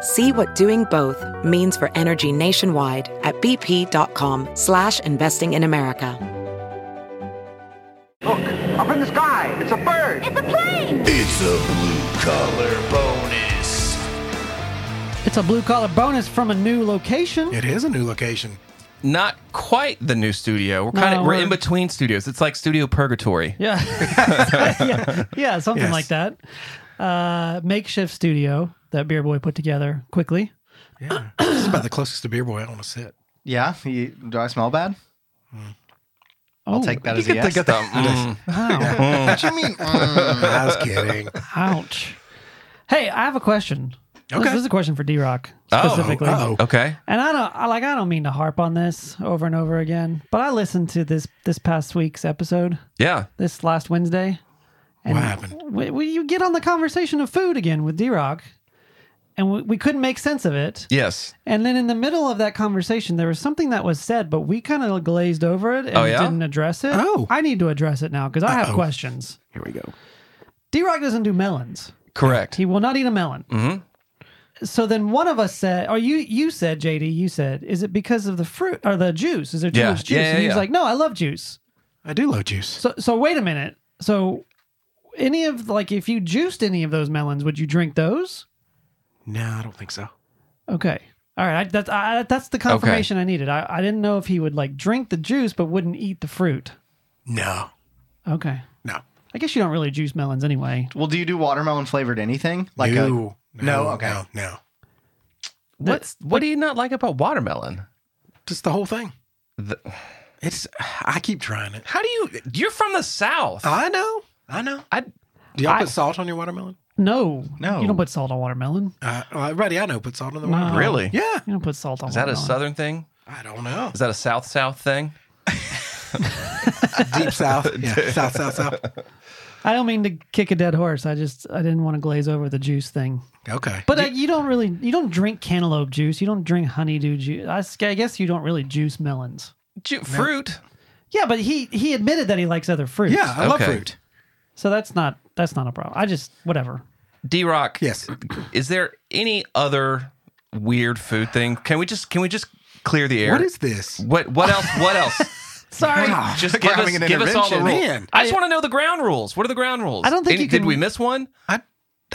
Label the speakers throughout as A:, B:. A: See what doing both means for energy nationwide at bp.com slash investing in America.
B: Look, up in the sky, it's a bird.
C: It's a plane.
D: It's a blue collar bonus.
E: It's a blue collar bonus from a new location.
F: It is a new location.
G: Not quite the new studio. We're kind of
E: No,
G: we're,
E: we're-
G: in between studios. It's like studio purgatory.
E: Yeah. yeah, yeah, something
F: Yes.
E: like that. Uh, makeshift studio that Beer Boy put together quickly.
F: Yeah. this is about the closest to Beer Boy I want to sit.
H: Yeah. You, do I smell bad? I'll
E: Ooh,
H: take that
G: You
H: as a
G: get to
H: yes.
G: get the, mm,
E: Wow.
H: what you mean? Mm.
F: I was kidding.
E: Ouch. Hey, I have a question. This-
F: Okay.
E: This, is a question for D Rock
G: Oh,
E: specifically.
F: uh-oh.
G: okay.
E: And I don't I like I don't mean to harp on this over and over again, but I listened to this this past week's episode,
G: Yeah.
E: this last Wednesday.
F: What happened?
E: We, we, you get on the conversation of food again with D Rock, and we, we couldn't make sense of it.
G: Yes.
E: And then in the middle of that conversation, there was something that was said, but we kind of glazed over it and
G: Oh, yeah?
E: didn't address it.
F: Oh.
E: I need to address it now because I have
F: Uh-oh.
E: questions.
F: Here we go.
E: D Rock doesn't do melons.
G: Correct.
E: He will not eat a melon.
G: Mhm.
E: So then one of us said, or you you said, JD, you said, is it because of the fruit or the juice? Is there too
G: Yeah.
E: much juice?
G: Yeah, yeah,
E: and he was
G: yeah.
E: like, no, I love juice.
F: I do love juice.
E: So so wait a minute. So any of like if you juiced any of those melons, would you drink those?
F: No, I don't think so.
E: Okay. All right, I, that's I, that's the confirmation I needed. I, I didn't know if he would like drink the juice but wouldn't eat the fruit.
F: No,
E: Okay,
F: no.
E: I guess you don't really juice melons anyway.
H: well, do you do watermelon flavored anything? Like
F: no,
H: a No, okay.
F: no, no.
G: What's what do you not like about watermelon?
F: Just the whole thing.
G: The-
F: It's. I keep trying it.
G: How do you? You're from the South.
F: I know. I know.
G: I-
F: do y'all
E: I-
F: put salt on your watermelon?
E: No,
H: No.
E: you don't put salt on watermelon.
F: Uh, well, everybody I know puts salt on the
E: No.
F: watermelon.
G: really?
F: Yeah.
E: You don't put salt on.
G: Is that a
E: watermelon.
G: Southern thing?
F: I don't know.
G: Is that a South South thing?
F: Deep south. Yeah. south, south, south.
E: I don't mean to kick a dead horse. I just I didn't want to glaze over the juice thing.
F: Okay.
E: But uh, you don't really you don't drink cantaloupe juice. You don't drink honeydew juice. I, s- I guess you don't really juice melons.
G: Ju- fruit.
E: Yeah, but he he admitted that he likes other fruits.
F: yeah, I love
G: Okay.
F: fruit.
E: So that's not that's not a problem. I just whatever.
G: D Rock.
F: Yes.
G: Is there any other weird food thing? Can we just can we just clear the air?
F: What is this?
G: what what else? What else?
E: Sorry.
F: Wow.
G: just
H: We're
G: give us,
H: having an
G: give us all the rules.
F: intervention. Man.
G: I just want to know the ground rules. What are the ground rules?
E: I don't think
G: Any-
E: you can-
G: Did we miss one?
F: I,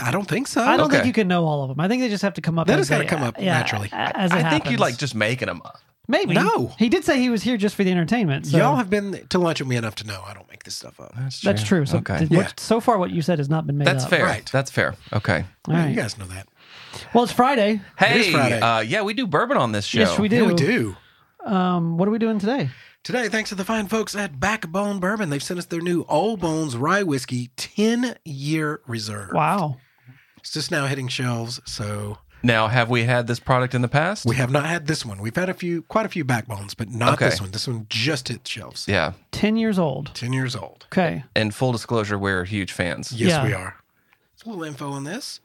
F: I don't think so.
E: I don't think
G: Okay.
E: you can know all of them. I think they just have to come up.
F: They
E: as
F: just gotta
E: they-
F: come up
E: yeah,
F: naturally.
E: a- As it
G: I think you
E: happens.
G: like just making them up.
E: maybe
F: No.
E: He did say he was here just for the entertainment. So
F: Y'all have been to lunch with me enough to know I don't make this stuff up.
G: That's
E: that's true. So
G: okay.
E: th-
F: Yeah.
E: what- so far what you said has not been made
G: That's
E: up.
G: fair.
F: Right.
G: That's fair. Okay.
E: All right.
F: You guys know that.
E: Well, it's Friday.
G: Hey,
F: is Friday.
G: Uh, yeah, we do bourbon on this show.
E: Yes, we do.
F: Yeah, we do.
E: Um, what are we doing today?
F: Today, thanks to the fine folks at Backbone Bourbon, they've sent us their new Old Bones Rye Whiskey 10 year reserve.
E: Wow.
F: It's just now hitting shelves, so
G: Now, have we had this product in the past?
F: we have not had this one. We've had a few, quite a few Backbones, but not
G: Okay.
F: this one. This one just hit shelves.
G: yeah.
E: 10 years old.
F: 10 years old.
E: Okay.
G: And full disclosure, we're huge fans.
F: Yes,
E: Yeah.
F: we are. A little info on this.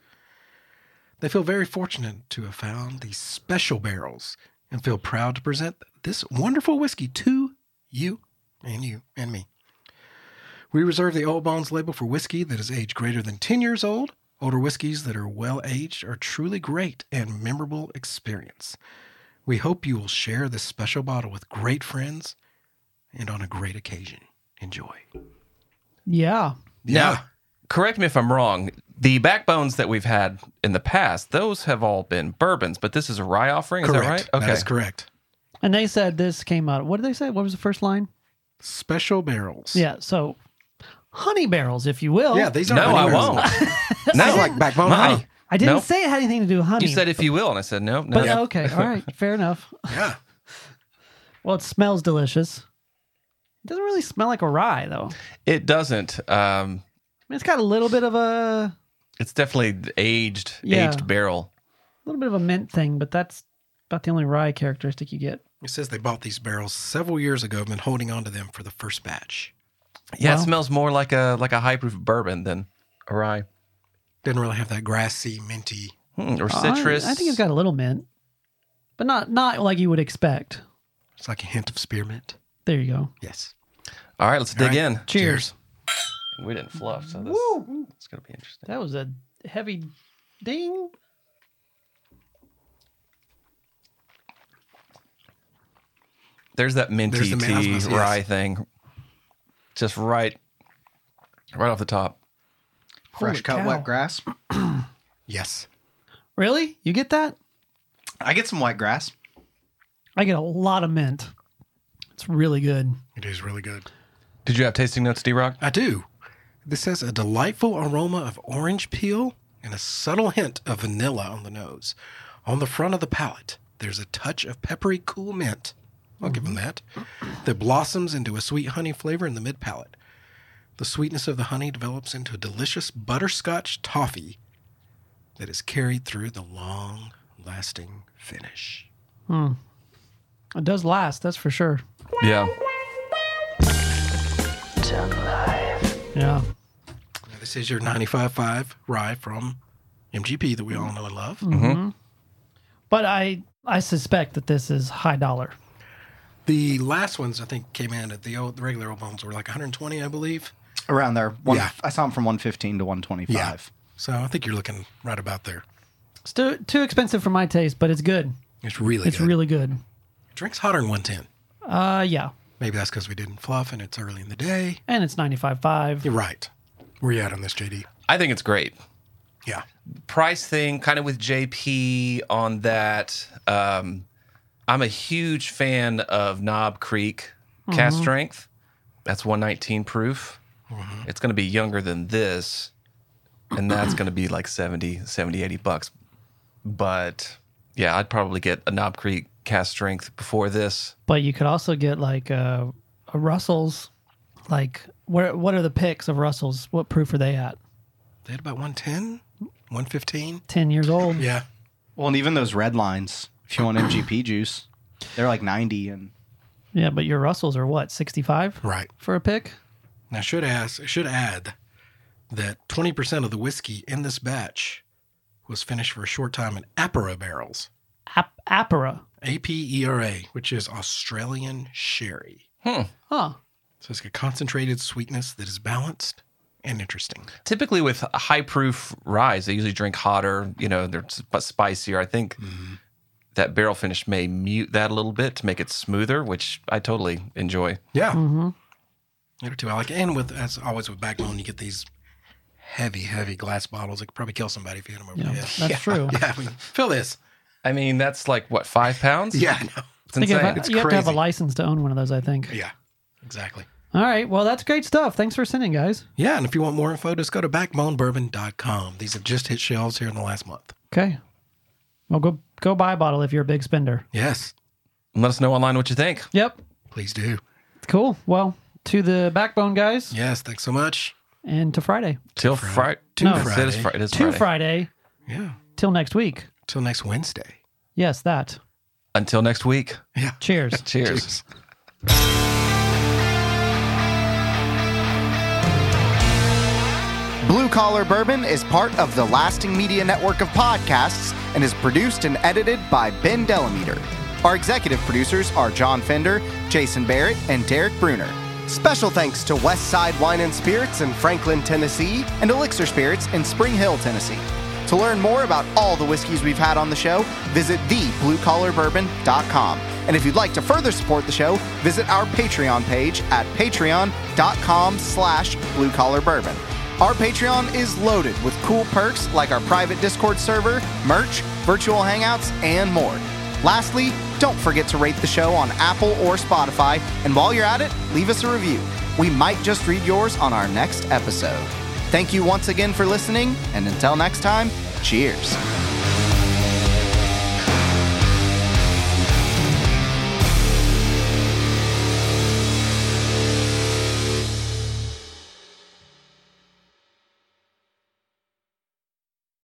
F: They feel very fortunate to have found these special barrels and feel proud to present this wonderful whiskey to you and you and me. We reserve the Old Bones label for whiskey that is aged greater than 10 years old. Older whiskeys that are well aged are truly great and memorable experience. We hope you will share this special bottle with great friends and on a great occasion. Enjoy.
E: Yeah.
G: Now, correct me if I'm wrong. The backbones that we've had in the past, those have all been bourbons, but this is a rye offering. Is that right?
F: Correct. That is correct.
E: And they said this came out. What did they say? What was the first line?
F: special barrels.
E: Yeah. So honey barrels, if you will.
F: yeah. These are
G: No, I
F: honey barrels.
G: won't.
F: This
G: no,
F: is like backbone
G: Uh-uh.
F: honey.
E: I didn't
G: Nope.
E: say it had anything to do with honey.
G: You said if you will, and I said no. no.
E: But okay. All right. Fair enough.
F: Yeah,
E: Well, it smells delicious. It doesn't really smell like a rye, though. I
G: It doesn't. Um,
E: mean, it's got a little bit of a
G: it's definitely the aged,
E: Yeah.
G: aged barrel.
E: little bit of a mint thing, but that's about the only rye characteristic you get.
F: It says they bought these barrels several years ago and been holding on to them for the first batch.
G: Yeah,
E: Wow.
G: it smells more like a like a high proof bourbon than a rye
F: Didn't really have that grassy, minty.
G: Hmm, or
E: Uh,
G: citrus.
E: I, I think it's got a little mint, but not not like you would expect.
F: It's like a hint of spearmint.
E: There you go.
F: Yes.
G: All right, let's dig
F: right.
G: in.
E: Cheers.
G: We didn't fluff, so this, it's gonna be interesting.
E: That was a heavy ding.
G: There's that minty
F: There's the
G: tea
F: miasmas, yes.
G: rye thing, just right, right off the top.
H: Fresh
E: Holy
H: cut
E: cow.
H: wet grass.
F: Yes.
E: Really? You get that?
H: I get some white grass.
E: I get a lot of mint. It's really good.
F: It is really good.
G: Did you have tasting notes, D Rock?
F: I do. This has a delightful aroma of orange peel and a subtle hint of vanilla on the nose. On the front of the palate, there's a touch of peppery cool mint. I'll give them that. That blossoms into a sweet honey flavor in the mid palate. The sweetness of the honey develops into a delicious butterscotch toffee that is carried through the long lasting finish.
E: It does last, that's for sure.
G: Yeah.
E: Yeah.
F: Now, this is your 95.5 rye from MGP that we all know and love.
E: But I I suspect that this is high dollar.
F: The last ones I think came in at the old, the regular old bones were like 120, I believe.
H: Around there. One,
F: Yeah.
H: I saw them from 115 to 125.
F: So I think you're looking right about there.
E: It's too, too expensive for my taste, but it's good.
F: It's really
E: It's
F: good.
E: really good.
F: Drinks hotter than 110.
E: Uh yeah.
F: Maybe that's because we didn't fluff and it's early in the day.
E: And it's 95.5.
F: You're right. Where you at on this, JD?
G: I think it's great.
F: Yeah.
G: price thing, kind of with JP on that. Um, I'm a huge fan of Knob Creek cast strength. That's 119 proof. It's going to be younger than this, and that's going to be like 70, 70, 80 bucks. But yeah, I'd probably get a Knob Creek cast strength before this.
E: But you could also get like a, a Russell's like where what are the picks of Russell's? What proof are they at?
F: They had about 110, 115.
E: 10 years old.
F: Yeah.
H: Well, and even those red lines, if you want MGP juice, they're like 90 and
E: Yeah, but your Russells are what, 65
F: Right.
E: for a pick?
F: Now, I should ask, I should add that 20% of the whiskey in this batch was finished for a short time in Apera barrels,
E: Ap- Apera.
F: A P E R A, which is Australian sherry.
E: Huh.
F: So it's a concentrated sweetness that is balanced and interesting.
G: Typically, with high proof rye, they usually drink hotter. You know, they're sp- spicier. I think that barrel finish may mute that a little bit to make it smoother, which I totally enjoy.
F: Yeah. Mm-hmm. I do too. I like it. And with, as always with Backbone, you get these heavy, heavy glass bottles. It could probably kill somebody if you hit them over
E: Yeah,
F: the head.
E: that's true.
F: Yeah. I mean, feel this.
G: I mean, that's like what five pounds?
F: Yeah. I know.
G: it's
E: I think
G: insane.
E: if I-
F: It's
E: you have to have a
F: crazy.
E: license to own one of those, I think.
F: Yeah. Exactly.
E: All right. Well, that's great stuff. Thanks for sending, guys.
F: Yeah. And if you want more info, just go to backbonebourbon.com. These have just hit shelves here in the last month.
E: Okay. Well, go go buy a bottle if you're a big spender.
F: Yes.
G: And Let us know online what you think.
E: Yep.
F: Please do.
E: Cool. Well, to the backbone, guys,
F: Yes. Thanks so much.
E: and to Friday.
G: Till Friday.
E: No.
G: It is, fri- it is
E: To
G: Friday.
E: Friday.
F: Yeah.
E: Till next week.
F: Till next Wednesday.
E: Yes, that.
G: Until next week.
F: Yeah.
E: Cheers.
G: Cheers.
H: Blue Collar Bourbon is part of the Lasting Media Network of podcasts and is produced and edited by Ben Delameter. Our executive producers are John Fender, Jason Barrett, and Derek Bruner. Special thanks to Westside Wine and Spirits in Franklin, Tennessee, and Elixir Spirits in Spring Hill, Tennessee. To learn more about all the whiskeys we've had on the show, visit thebluecollarbourbon.com. And if you'd like to further support the show, visit our Patreon page at patreon.com slash bluecollarbourbon. Our Patreon is loaded with cool perks like our private Discord server, merch, virtual hangouts, and more. Lastly, don't forget to rate the show on Apple or Spotify, and while you're at it, leave us a review. We might just read yours on our next episode. Thank you once again for listening, and until next time, cheers.